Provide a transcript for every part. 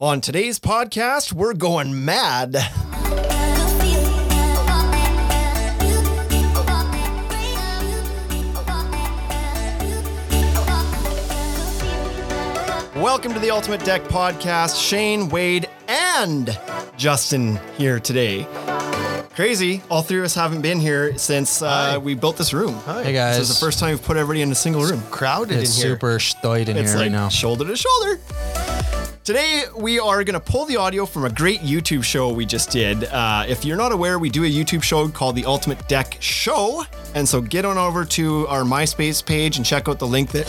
On today's podcast, we're going mad. Welcome to the Ultimate Deck Podcast. Shane, Wade, and Justin here today. Crazy. All three of us haven't been here since uh, we built this room. Hi. Hey, guys. This is the first time we've put everybody in a single room. crowded It's in here. super stoid in It's here like right now. shoulder to shoulder. Today, we are going to pull the audio from a great YouTube show we just did. Uh, if you're not aware, we do a YouTube show called The Ultimate Deck Show. And so get on over to our MySpace page and check out the link that.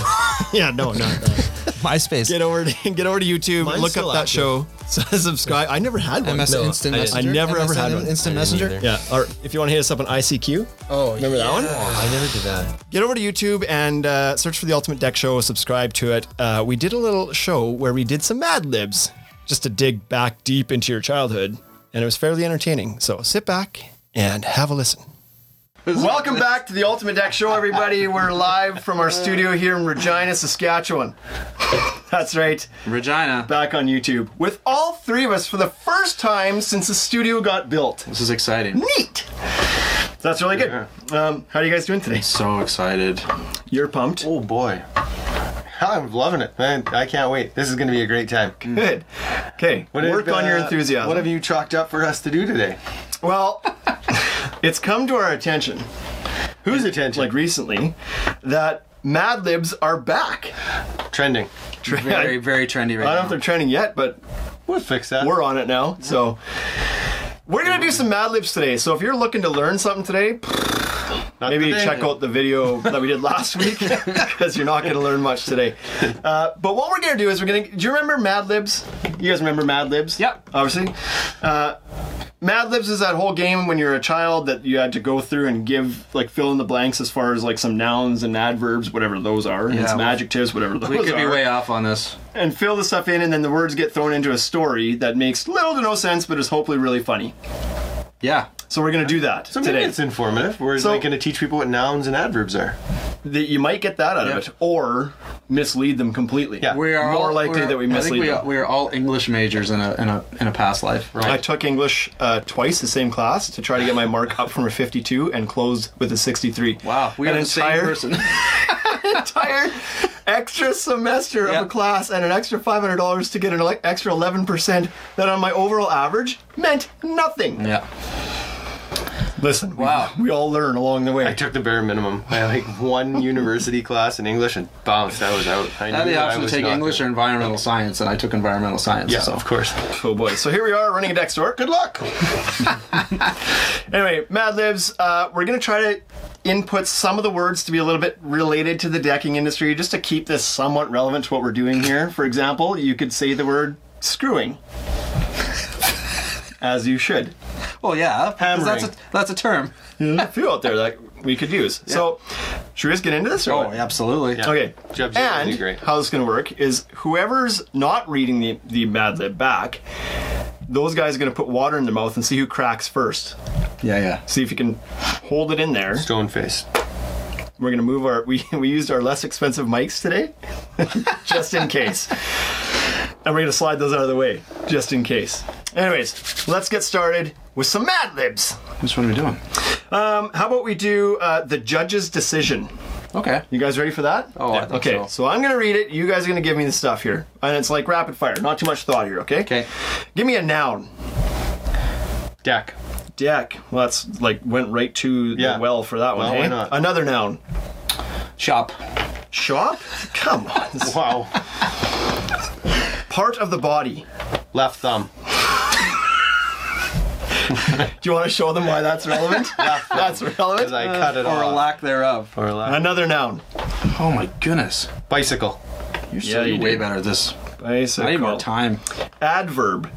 yeah, no, not that. MySpace. Get over to, get over to YouTube, Mine's look up still that active. show, subscribe. I never had one. MS No. Instant I didn't. Messenger. I never ever MSN had one. Instant I didn't Messenger. either. Yeah, or if you want to hit us up on ICQ, Oh, Remember that one? I never did that. get over to YouTube and uh, search for the Ultimate Deck Show. Subscribe to it. Uh, we did a little show where we did some Mad Libs, just to dig back deep into your childhood, and it was fairly entertaining. So sit back and have a listen. Welcome back to the Ultimate Deck Show, everybody. We're live from our studio here in Regina, Saskatchewan. That's right, Regina. back on YouTube with all three of us for the first time since the studio got built. This is exciting. Neat. That's really good. Um, how are you guys doing today? So excited. You're pumped. Oh boy. I'm loving it, man. I can't wait. This is going to be a great time. Good. Okay. What have, Work on your uh, enthusiasm. What have you chalked up for us to do today? well, it's come to our attention, Whose attention? like recently, that Mad Libs are back. trending. Very, very trendy I don't know right if now. they're trending yet, but We'll fix that. we're on it now. So we're gonna do some Mad Libs today. So if you're looking to learn something today, Not maybe today. check out the video that we did last week because you're not going to learn much today. Uh, but what we're going to do is we're going to. Do you remember Mad Libs? You guys remember Mad Libs? Yep. Obviously. Uh, Mad Libs is that whole game when you're a child that you had to go through and give like fill in the blanks as far as like some nouns and adverbs, whatever those are, and Yeah, some we- adjectives, whatever those We could are, be way off on this. and fill the stuff in, and then the words get thrown into a story that makes little to no sense, but is hopefully really funny. Yeah. So we're gonna do that So maybe today. it's informative. We're So- like going to teach people what nouns and adverbs are. that you might get that out Yeah. of it, or mislead them completely. Yeah. We are more all, likely we're- that we I think mislead we, them. we are all English majors in a in a in a past life. I took English uh, twice, the same class, to try to get my mark up from a 52 and closed with a 63. Wow. We an are the same entire, person. entire extra semester Yeah. of a class and an extra $500 to get an ele- extra 11% that on my overall average meant nothing. yeah. Listen, we- Wow. we, all learn along the way. I took the bare minimum. I like one university class in English and bounced. I was out. I I had knew the that I option to was take not English or good. environmental science, and I took environmental science. Yeah, so. of course. Oh boy. So here we are running a deck store. Good luck. anyway, Mad Libs, uh, we're going to try to input some of the words to be a little bit related to the decking industry just to keep this somewhat relevant to what we're doing here. For example, you could say the word screwing. As you should. Well, yeah. 'cause That's a, Hammering. that's a term. There's a few out there that we could use. So, should we just get into this? or Oh, what? absolutely. Okay. Job's and really great. how this is going to work is whoever's not reading the, the Mad Lib back, those guys are going to put water in their mouth and see who cracks first. Yeah, yeah. See if you can hold it in there. Stone face. We're going to move our, we, we used our less expensive mics today, just in case. And we're going to slide those out of the way, just in case. Anyways, let's get started with some Mad Libs. Which one are we doing? Um, how about we do uh, the judge's decision? Okay. You guys ready for that? Oh, I think okay. so. I'm gonna read it. You guys are gonna give me the stuff here, and it's like rapid fire. Not too much thought here. Okay. Okay. Give me a noun. Deck. Deck. Well, that's like went right to Yeah. the well for that one. Well, why hey? not? Another noun. Shop. Shop. Come on. This is Wow. part of the body. Left thumb. Do you want to show them why that's relevant? that's relevant. 'Cause I cut it Or a off. lack thereof. Or a lack. Another noun. Oh my goodness. Bicycle. You're Yeah, so you way did. better at this. I need more Bicycle. time. Adverb.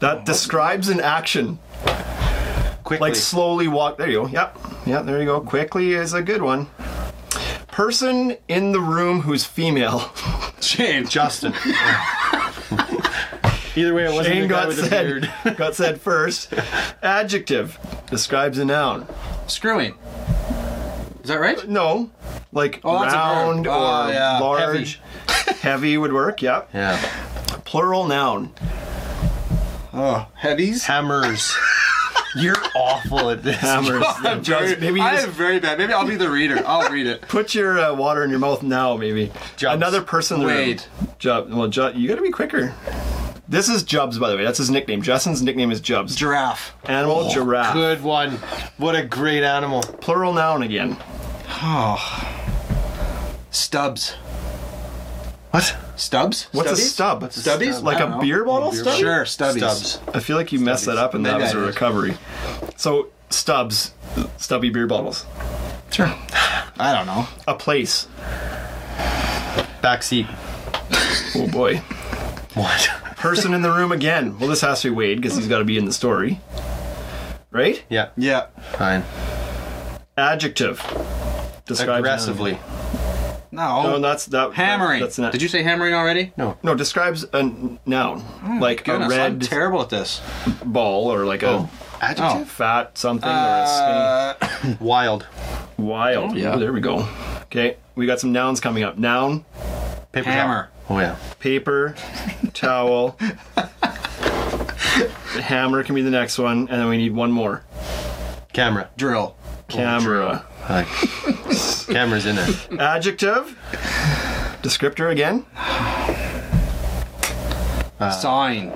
That describes an action. Quickly. Like slowly walk. There you go. Yep. Yep. There you go. Quickly is a good one. Person in the room who's female. Shane. Justin. Either way, it wasn't Shane the guy got with the said, beard. got said first. Adjective describes a noun. Screwing. Is that right? No, like Oh, that's a verb. round or Oh, yeah. large. Heavy. would work. Yep. Yeah. Plural noun. Oh, Heavies? Hammers. You're awful at this. Hammers. I'm John's- very, maybe you I just am very bad. Maybe I'll be the reader. I'll read it. put your uh, water in your mouth now, maybe. Jubs. Another person. in the room. Wade. Jub. Well, Jub, you gotta be quicker. This is Jubs, by the way. That's his nickname. Justin's nickname is Jubs. Giraffe. Animal giraffe. Good one. What a great animal. Plural noun again. Oh. Stubbs. What? Stubs? What's Stubbies? a stub? What's a stubbies? Like I a don't know. beer bottle Beer stub? bottle. Sure, stubbies. Stubbs. I feel like you messed that up and that Maybe was I a did. recovery. So, stubs. Stubby beer bottles. Sure. I don't know. A place. Backseat. Oh boy. What? Person in the room again. Well, this has to be Wade because he's got to be in the story. Right? Yeah. Yeah. Fine. Adjective. Describe Aggressively. No. No, that's that. hammering. That's not. Did you say hammering already? No. No, describes a n- noun like Oh Goodness, a I'm red terrible at this. Oh. ball or like a Oh, Adjective? fat something or a Uh, Wild. skinny wild. yeah. Ooh, there we go. Okay, we got some nouns coming up. Noun, Paper hammer. towel. Oh, yeah. paper, towel. hammer can be the next one, and then we need one more. Camera. Drill. Camera. I like Camera's in there. Adjective. Descriptor again. Uh, Sawing.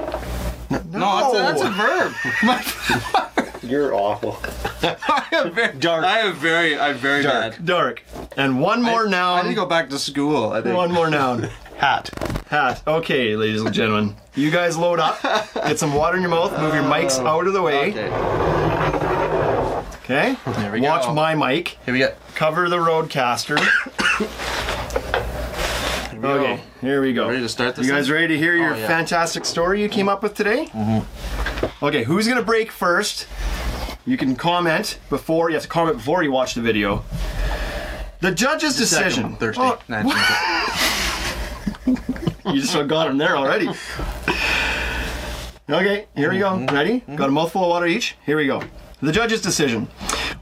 No, that's, a, that's a verb. You're awful. I'm very, Dark. I am very, I'm very Dark. bad. Dark. And one more noun. I need to go back to school. I think. One more noun. Hat. Hat. Okay, ladies and gentlemen. You guys load up. Get some water in your mouth. Move your mics out of the way. Oh, Okay. Okay. There we Watch go. my mic. Here we go. Cover the roadcaster. okay, here we go. Ready to start this? you guys thing? ready to hear your Oh, yeah. fantastic story you came up with today? Mm-hmm. Okay, who's gonna break first? You can comment before you have to comment before you watch the video. The judge's Second decision. one, Thursday. Oh, Nah, it's- you just got him there already. Okay, here we go. Ready? Got a mouthful of water each? Here we go. The judge's decision.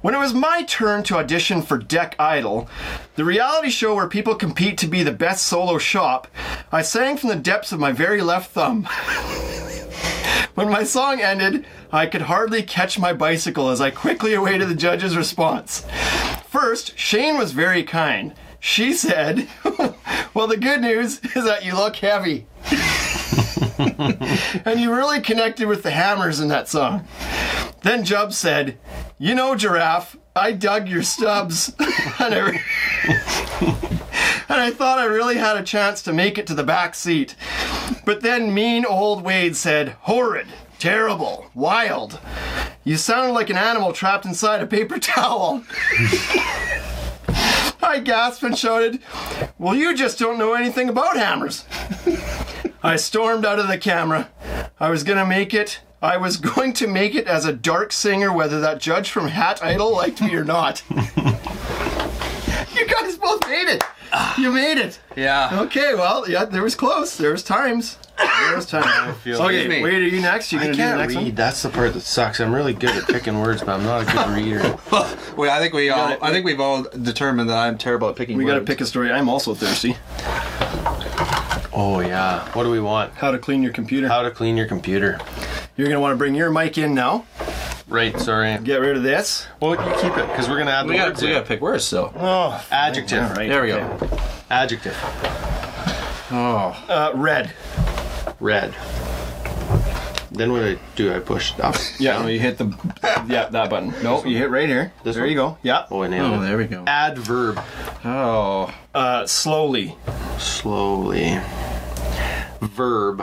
When it was my turn to audition for Deck Idol, the reality show where people compete to be the best solo shop, I sang from the depths of my very left thumb. when my song ended, I could hardly catch my bicycle as I quickly awaited the judge's response. First, Shane was very kind. She said, Well, the good news is that you look heavy. and you really connected with the hammers in that song. Then Jub said, You know, giraffe, I dug your stubs. and, I re- and I thought I really had a chance to make it to the back seat. But then mean old Wade said, Horrid, terrible, wild. You sound like an animal trapped inside a paper towel. I gasped and shouted, Well, you just don't know anything about hammers. I stormed out of the camera. I was gonna make it. I was going to make it as a dark singer, whether that judge from Hat Idol liked me or not. you guys both made it. You made it. yeah. Okay, well, yeah, there was close. There was times. There was time. feel- okay, Excuse me. wait, are you next? You I gonna do the can't next read. one? That's the part that sucks. I'm really good at picking words, but I'm not a good reader. Wait, I think we all. gotta- I think we've all determined that I'm terrible at picking. We gotta words. pick a story. I'm also thirsty. Oh yeah. What do we want? How to clean your computer. How to clean your computer. You're gonna want to bring your mic in now. Right. Sorry. Get rid of this. Well, you keep it because we're gonna add We the gotta, words. we in. gotta pick words, so. Oh, Adjective. all right. There we go. okay. Adjective. Oh. Uh, red. Red. Then what do I do? I push it up. Yeah, no, you hit the yeah that button. No, you hit right here. This there one? you go. Yeah. Oh, I nailed Oh, it. there we go. Adverb. Oh. Uh, slowly. Slowly. Verb.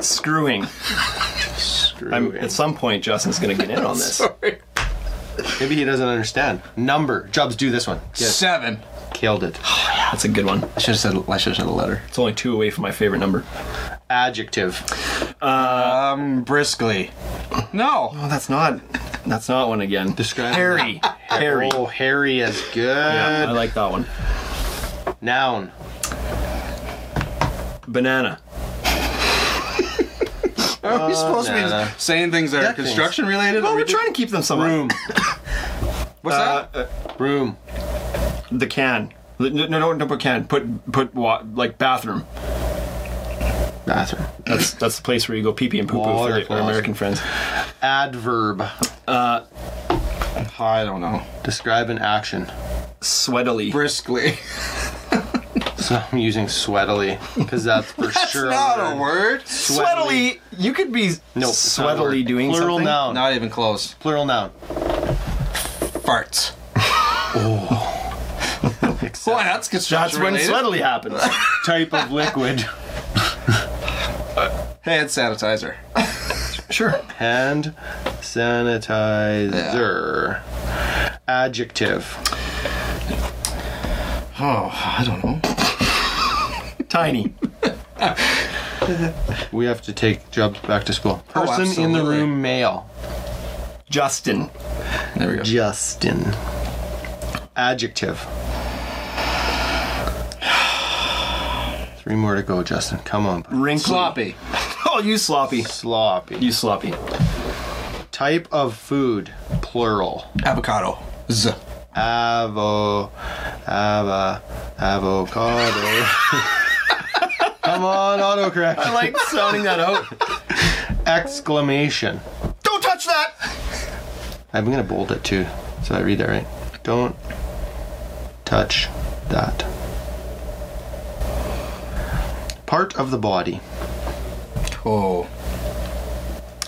Screwing. Screw I'm, in. at some point, Justin's gonna get in on this. Maybe he doesn't understand. Number. Jobs, do this one. Yes. Seven. Killed it. That's a good one. I should have said. I should have said a letter. It's only two away from my favorite number. Adjective. Um, briskly. No. Oh, that's not. That's not one again. Describe- Harry. Harry. Oh, Harry is good. Yeah, I like that one. Noun. Banana. Uh, Are we supposed nah, nah. to be saying things that are things. construction related? Well, Are we we're just- trying to keep them somewhat. Room. What's Uh, that? uh, Room. the can. No, no, don't put can. Put put wa- like bathroom. Bathroom. That's that's the place where you go pee pee and poo poo Water for our closet. American friends. Adverb. uh, I don't know. Describe an action. Sweatily. Briskly. So I'm using sweatily because that's for sure. a word. word. Sweatily. Sweatily. You could be No, it's not a sweatily word. doing plural something. noun. Not even close. Plural noun. Farts. Except Boy, that's construction That's when related. sweatily happens. type of liquid. Hand sanitizer. sure. Hand sanitizer. Adjective. Oh, I don't know. Tiny. We have to take jobs back to school. Oh, Person in the absolutely. room, male. Justin. There we go. Justin. Adjective. Three more to go, Justin. Come on. bud. Wrinkly. Sloppy. Oh, you sloppy. Sloppy. You sloppy. Type of food, plural. Avocado. Z. Avo, ava, avocado. Come on, autocorrect. I like sounding that out. Exclamation. Don't touch that. I'm gonna bold it too, so I read it right. Don't touch that. Part of the body. Oh.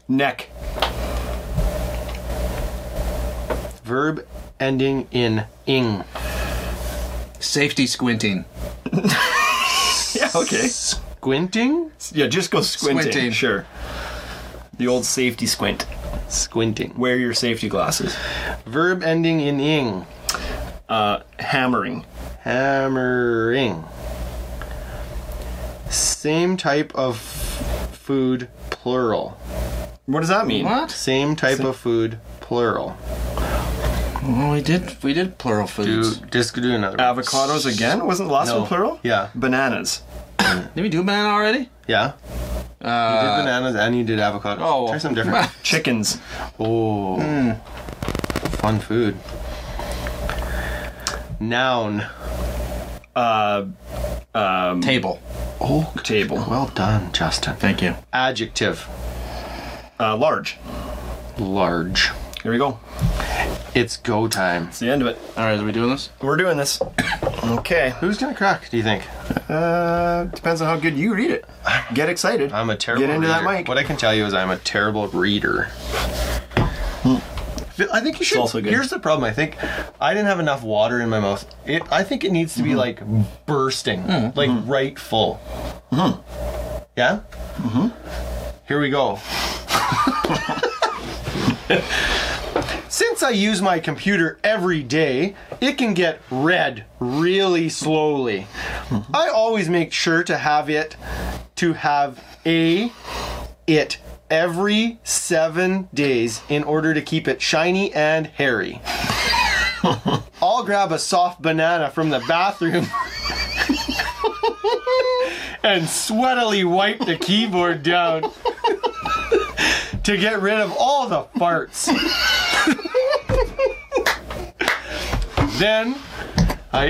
Neck. Verb ending in ing. Safety squinting. Yeah. Okay. Squinting? Yeah. Just go squinting. Squinting. Sure. The old safety squint. Squinting. Wear your safety glasses. Verb ending in ing. Uh, hammering. hammering. Same type of food, plural. What does that mean? What? Same type of food, plural. Well, we did we did plural Do, foods. just do another. one. Avocados again? Wasn't the last No. one plural? Yeah. Bananas. Did we do banana already? Yeah. You Uh, did bananas and you did avocados. oh, well. Try something different. Chickens. oh. Fun food. Noun. Uh, table. Oh, table. well done, Justin. Thank you. Adjective. Uh, large. Large. Here we go. It's go time. It's the end of it. All right, are we doing this? We're doing this. Okay. Who's gonna crack? Do you think? Uh, depends on how good you read it. Get excited. I'm a terrible. Get into that reader. mic. What I can tell you is I'm a terrible reader. I think you should. also good. Here's the problem. I think I didn't have enough water in my mouth. It. I think it needs to be like bursting, like right full. Yeah. Mm-hmm. Here we go. Since I use my computer every day, it can get read really slowly. I always make sure to have it to have a it every 7 days in order to keep it shiny and hairy. I'll grab a soft banana from the bathroom and sweatily wipe the keyboard down to get rid of all the farts. then I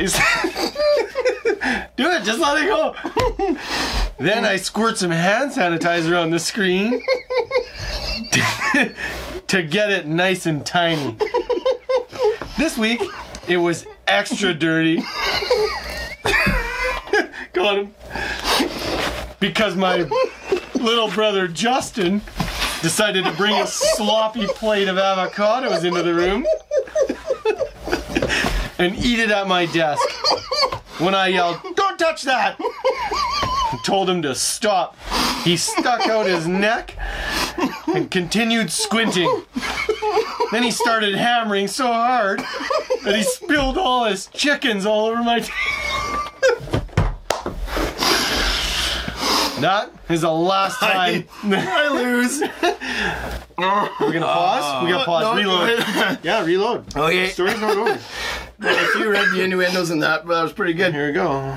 do it, just let it go. then I squirt some hand sanitizer on the screen to- to get it nice and tiny. This week it was extra dirty. Got him. Because my little brother Justin decided to bring a sloppy plate of avocados into the room and eat it at my desk. When I yelled, Don't touch that! and told him to stop, he stuck out his neck and continued squinting. Then he started hammering so hard that he spilled all his chickens all over my table. That is the last time. I lose. We're gonna pause. we gotta pause. no, reload. no. yeah, reload. okay. Story's not over. If you read the innuendos in that, but that was pretty good. Mm-hmm. Here we go.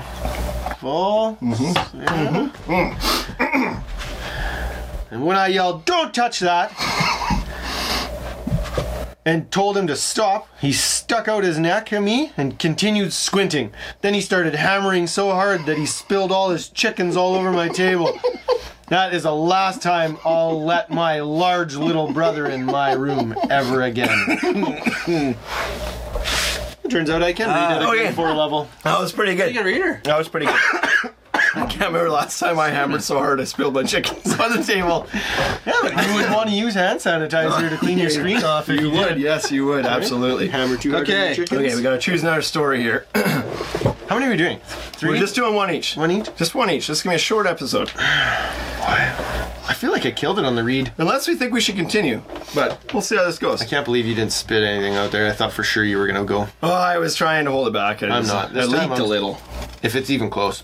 Full. Yeah. and when I yelled, "Don't touch that," and told him to stop. He stuck out his neck at me and continued squinting. Then he started hammering so hard that he spilled all his chickens all over my table. That is the last time I'll let my large little brother in my room ever again. Turns out I can read at a Uh, grade okay. four level. That was pretty good. Good reader. That was pretty good. I can't remember the last time I hammered so hard I spilled my chickens on the table. Yeah, but you would want to use hand sanitizer to clean your screen off if you, would, yes, you would, absolutely. Hammer two hundred Okay. chickens. Okay, we gotta choose another story here. How many are we doing? 3 We're just doing one each. one each. Just one each. This is gonna be a short episode. I feel like I killed it on the read. Unless we think we should continue, but we'll see how this goes. I can't believe you didn't spit anything out there. I thought for sure you were gonna go. Oh, I was trying to hold it back. I I'm just- not. I This time leaked a I'm- little, If it's even close.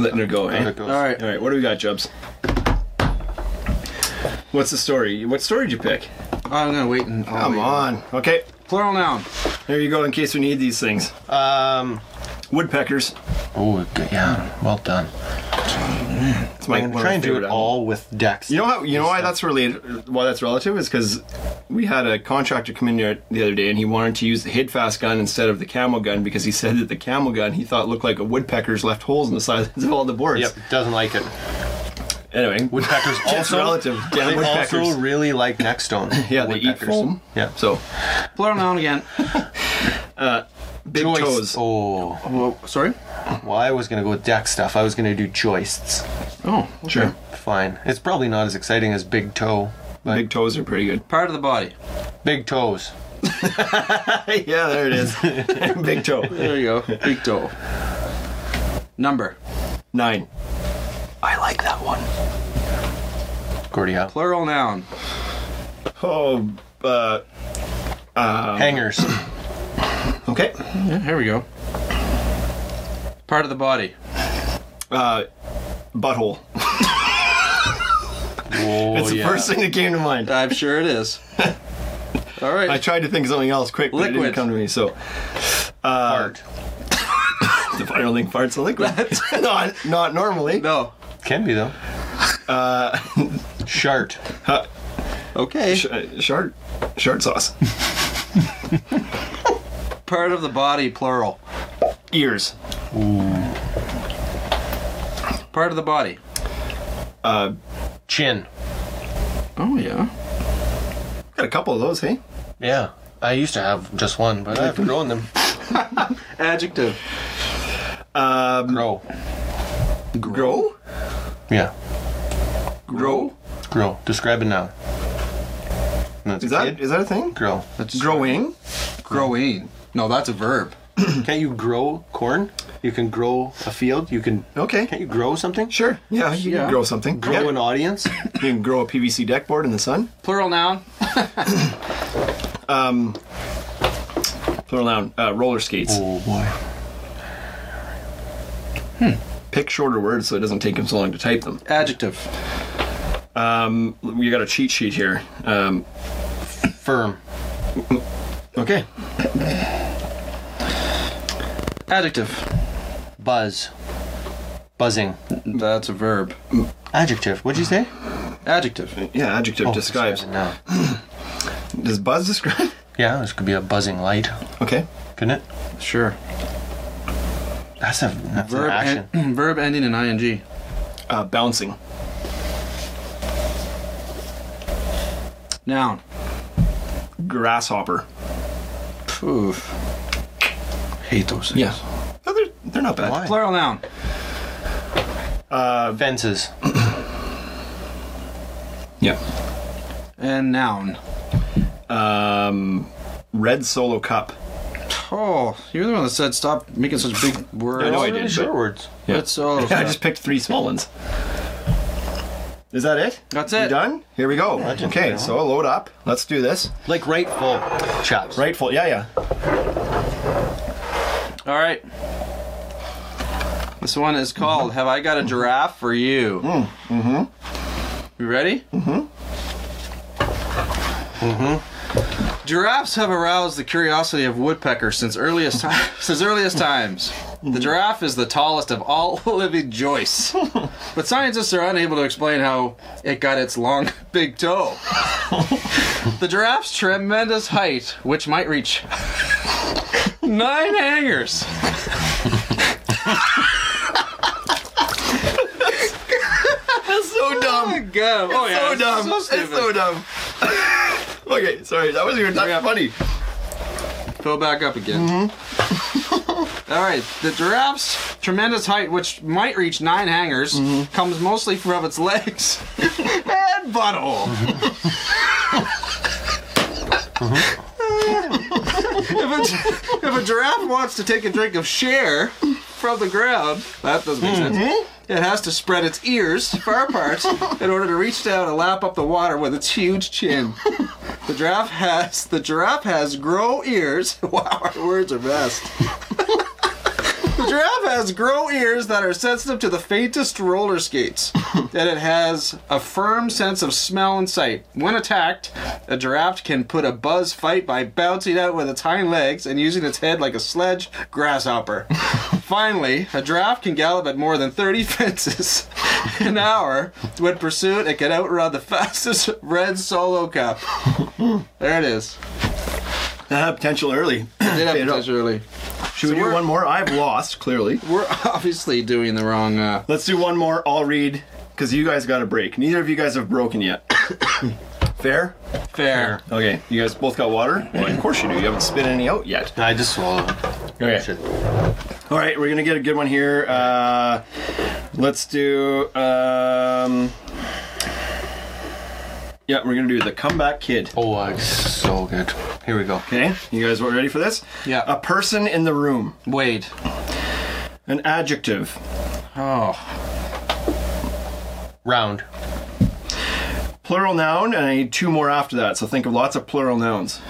letting her go. Eh? it goes. All right, all right. What do we got, Jubs? What's the story? What story did you pick? I'm gonna wait and. Oh, Come on. Okay, Plural noun. there you go. In case we need these things, Um. woodpeckers. Oh, good. yeah. Well done. It's my one I'm of my gonna try and do it favorite animals. all with Dex. You know how you know why that's related? Why that's relative is because we had a contractor come in here the other day, and he wanted to use the Hidfast gun instead of the camel gun because he said that the camel gun he thought looked like a woodpecker's left holes in the sides of all the boards. Yep. Doesn't like it. Anyway, Woodpeckers Just also. relative. Damn they woodpeckers. also really like neckstone. yeah, they eat woodpeckers. foam. Yeah. So Plural noun again. big Joist. toes. Oh. Well, sorry. Well, I was gonna go with deck stuff. I was gonna do joists. Oh, Sure. Fine. It's probably not as exciting as big toe. Big toes are pretty good. part of the body. Big toes. yeah, there it is. big toe. There you go. Big toe. Number. Nine. I like that one. Gordy Howe. Plural noun. Oh, uh, Um, Hangers. okay. Yeah, here we go. Part of the body. Uh, butthole. Oh, That's the first thing that came to mind. I'm sure it is. All right. I tried to think of something else quick, but it didn't Liquid. come to me. So part. the final link farts a liquid. not not normally. no. Can be though. Uh, shart. Okay. Sh- uh, shard, shard sauce. part of the body. Plural. Ears. Part of the body. Chin. Oh yeah. Got a couple of those, hey? Yeah. I used to have just one, but I've grown them. Adjective. Um, Grow. Grow. Yeah. Grow. Grow. Describe it now. That's Is that is that a thing? grow? That's Growing. growing. No, that's a verb. Can't you grow corn? You can grow a field. You can. Can't Okay. you grow something? Oh. Sure. Yeah, you Yeah. can grow something. Grow Yeah. an audience. You can grow a PVC deck board in the sun. Plural noun. Plural noun. Uh, roller skates. oh boy. Pick shorter words so it doesn't take him so long to type them. Adjective. Um, we got a cheat sheet here. Um, Firm. okay. Adjective. Buzz. Buzzing. That's a verb. Adjective. What'd you say? Adjective. Yeah, adjective Oh. describes. describe it now. Does buzz describe? Yeah, this could be a buzzing light, Okay. couldn't it? Sure. That's a that's an Verb, action. en- verb ending in ing. Uh, bouncing. Noun. Grasshopper. Oof. Hate those things. Yeah. No, they're, they're not bad. Why? Plural noun. Fences. Yeah. And noun. Um, red solo cup. Oh, you're the one that said stop making such big words. I know I Really did. short but- words. Yeah. That's all. I just picked three small ones. Is that it? That's You it. done? Here we go. Okay, so load up. Let's do this. Like rightful chaps. Rightful. Yeah, yeah. All right. This one is called "Have I Got a Giraffe for You?" Mm. Hmm, Mm-hmm. You ready? Mm-hmm. Mm-hmm. Giraffes have aroused the curiosity of woodpeckers since earliest time, since earliest times. The giraffe is the tallest of all living joists, but scientists are unable to explain how it got its long big toe. the giraffe's tremendous height, which might reach nine hangers. So Oh, dumb. God. Oh, yeah. So dumb. So It's stupid. so dumb. okay, sorry. That wasn't even that Yeah. funny. Fill back up again. All right, the giraffe's tremendous height, which might reach nine hangers, comes mostly from its legs and butthole. if, a, if a giraffe wants to take a drink of share from the ground, that doesn't make sense. It has to spread its ears far apart in order to reach down and lap up the water with its huge chin. The giraffe has the giraffe has grow ears. Wow, our words are best. the giraffe has grow ears that are sensitive to the faintest roller skates, and it has a firm sense of smell and sight. When attacked, a giraffe can put a buzz fight by bouncing out with its hind legs and using its head like a sledge grasshopper. Finally, a giraffe can gallop at more than 30 fences an hour. When pursued, it can outrun the fastest red solo cup. There it is. Ah, potential early. Did have Paid off. potential early. Should we do we're- one more? I've lost, clearly. We're obviously doing the wrong. Uh, Let's do one more. I'll read because you guys got a break. Neither of you guys have broken yet. Fair? fair. Okay. You guys both got water? Well, of course you do. You haven't spit any out yet. I just swallowed. Okay. All right, we're gonna get a good one here. Uh, let's do. Um, yeah, we're gonna do the comeback kid. Oh, it's so good. Here we go. Okay, you guys were ready for this? Yeah. A person in the room. Wade. An adjective. Oh. Round. Plural noun, and I need two more after that. So think of lots of plural nouns.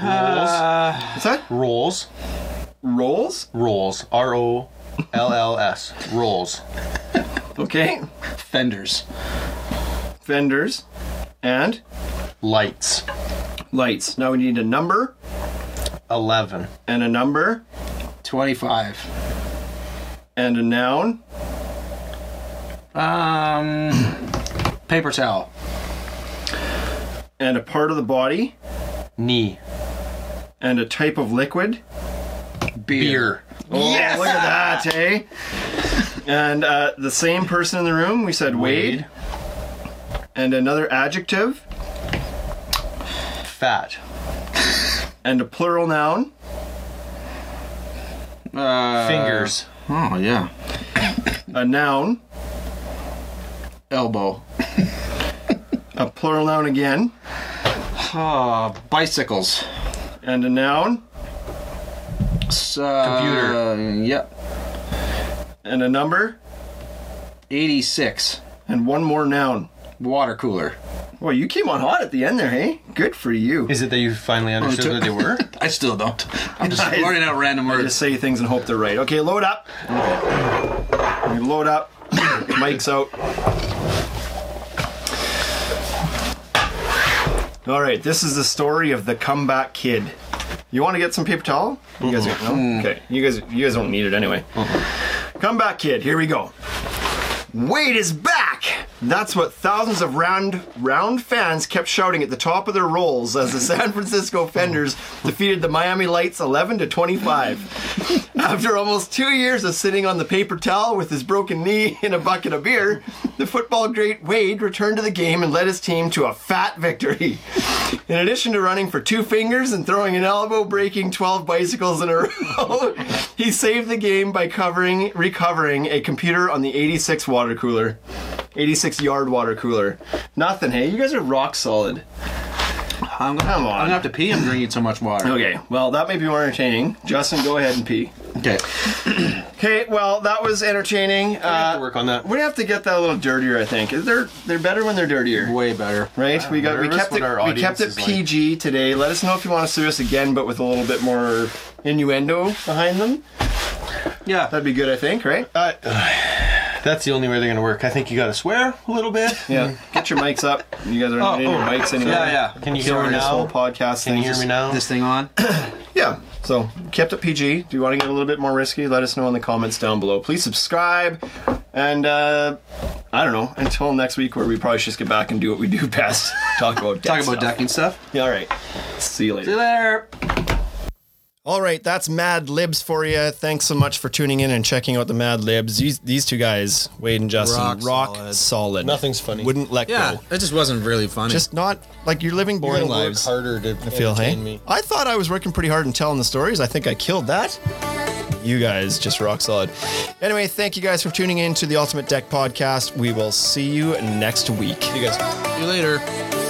Uh, Rolls. What's that? Rolls. Rolls. Rolls. R O L L S. Rolls. Okay. Fenders. Vendors, and Lights. lights. Now we need a number 11. and a number 25. and a noun. Um. Paper towel. and a part of the body Knee. and a type of liquid. Beer. Oh, look at that, eh? And uh, the same person in the room, we said Wade. And another adjective Fat. and a plural noun. Uh, Fingers. Oh, yeah. A noun, Elbow. a plural noun again, Uh, bicycles. and a noun, S- uh, Computer. Yep. and a number, 86. and one more noun. Water cooler. Well, you came on hot at the end there, hey? Good for you. Is it that you finally understood that they were? I still don't. I'm just learning out random words. Just say things and hope they're right. Okay, load up. Okay. Load up. Mike's out. All right, this is the story of the comeback kid. You want to get some paper towel? You guys, no? okay. You guys, you guys don't need it anyway. Comeback kid. Here we go. Wade is back! That's what thousands of round round fans kept shouting at the top of their rolls as the San Francisco Fenders defeated the Miami Lights 11 to 25. After almost 2 years of sitting on the paper towel with his broken knee in a bucket of beer, the football great Wade returned to the game and led his team to a fat victory. In addition to running for two fingers and throwing an elbow breaking 12 bicycles in a row, he saved the game by covering recovering a computer on the 86 water cooler. 86 yard water cooler. Nothing, hey? You guys are rock solid. I'm gonna, Come I'm on. gonna have to pee. I'm drinking so much water. Okay, well, that may be more entertaining. Justin, go ahead and pee. Okay. Okay, well, that was entertaining. have to Uh, work on that. we have to get that a little dirtier, I think. They're they're better when they're dirtier. Way better. Right? we got we nervous kept what it our we kept audience it is like. PG today. Let us know if you want to see us again, but with a little bit more innuendo behind them. Yeah. That'd be good, I think. Right? Uh, that's the only way they're gonna work. I think you gotta swear a little bit. Yeah. Get Match your mics up. You guys aren't on any oh. mics anymore. Yeah, yeah. Can you So hear me this now? whole podcast Can thing you hear just- me now? This thing on? Yeah. So kept it PG. Do you want to get a little bit more risky? Let us know in the comments down below. Please subscribe. And uh, I don't know. Until next week, where we probably should just get back and do what we do best: talk about death Talking about stuff. ducking stuff. Yeah, all right. See you later. See you later. All right, that's Mad Libs for you. Thanks so much for tuning in and checking out the Mad Libs. These, these two guys, Wade and Justin, rock, Rock solid. solid. Nothing's funny. Wouldn't let Yeah, go. it just wasn't really funny. Just not like you're living You're boring gonna work lives. harder to I feel, hey? entertain me. I thought I was working pretty hard and telling the stories. I think I killed that. You guys just rock solid. Anyway, thank you guys for tuning in to the Ultimate Deck Podcast. We will see you next week. See you later.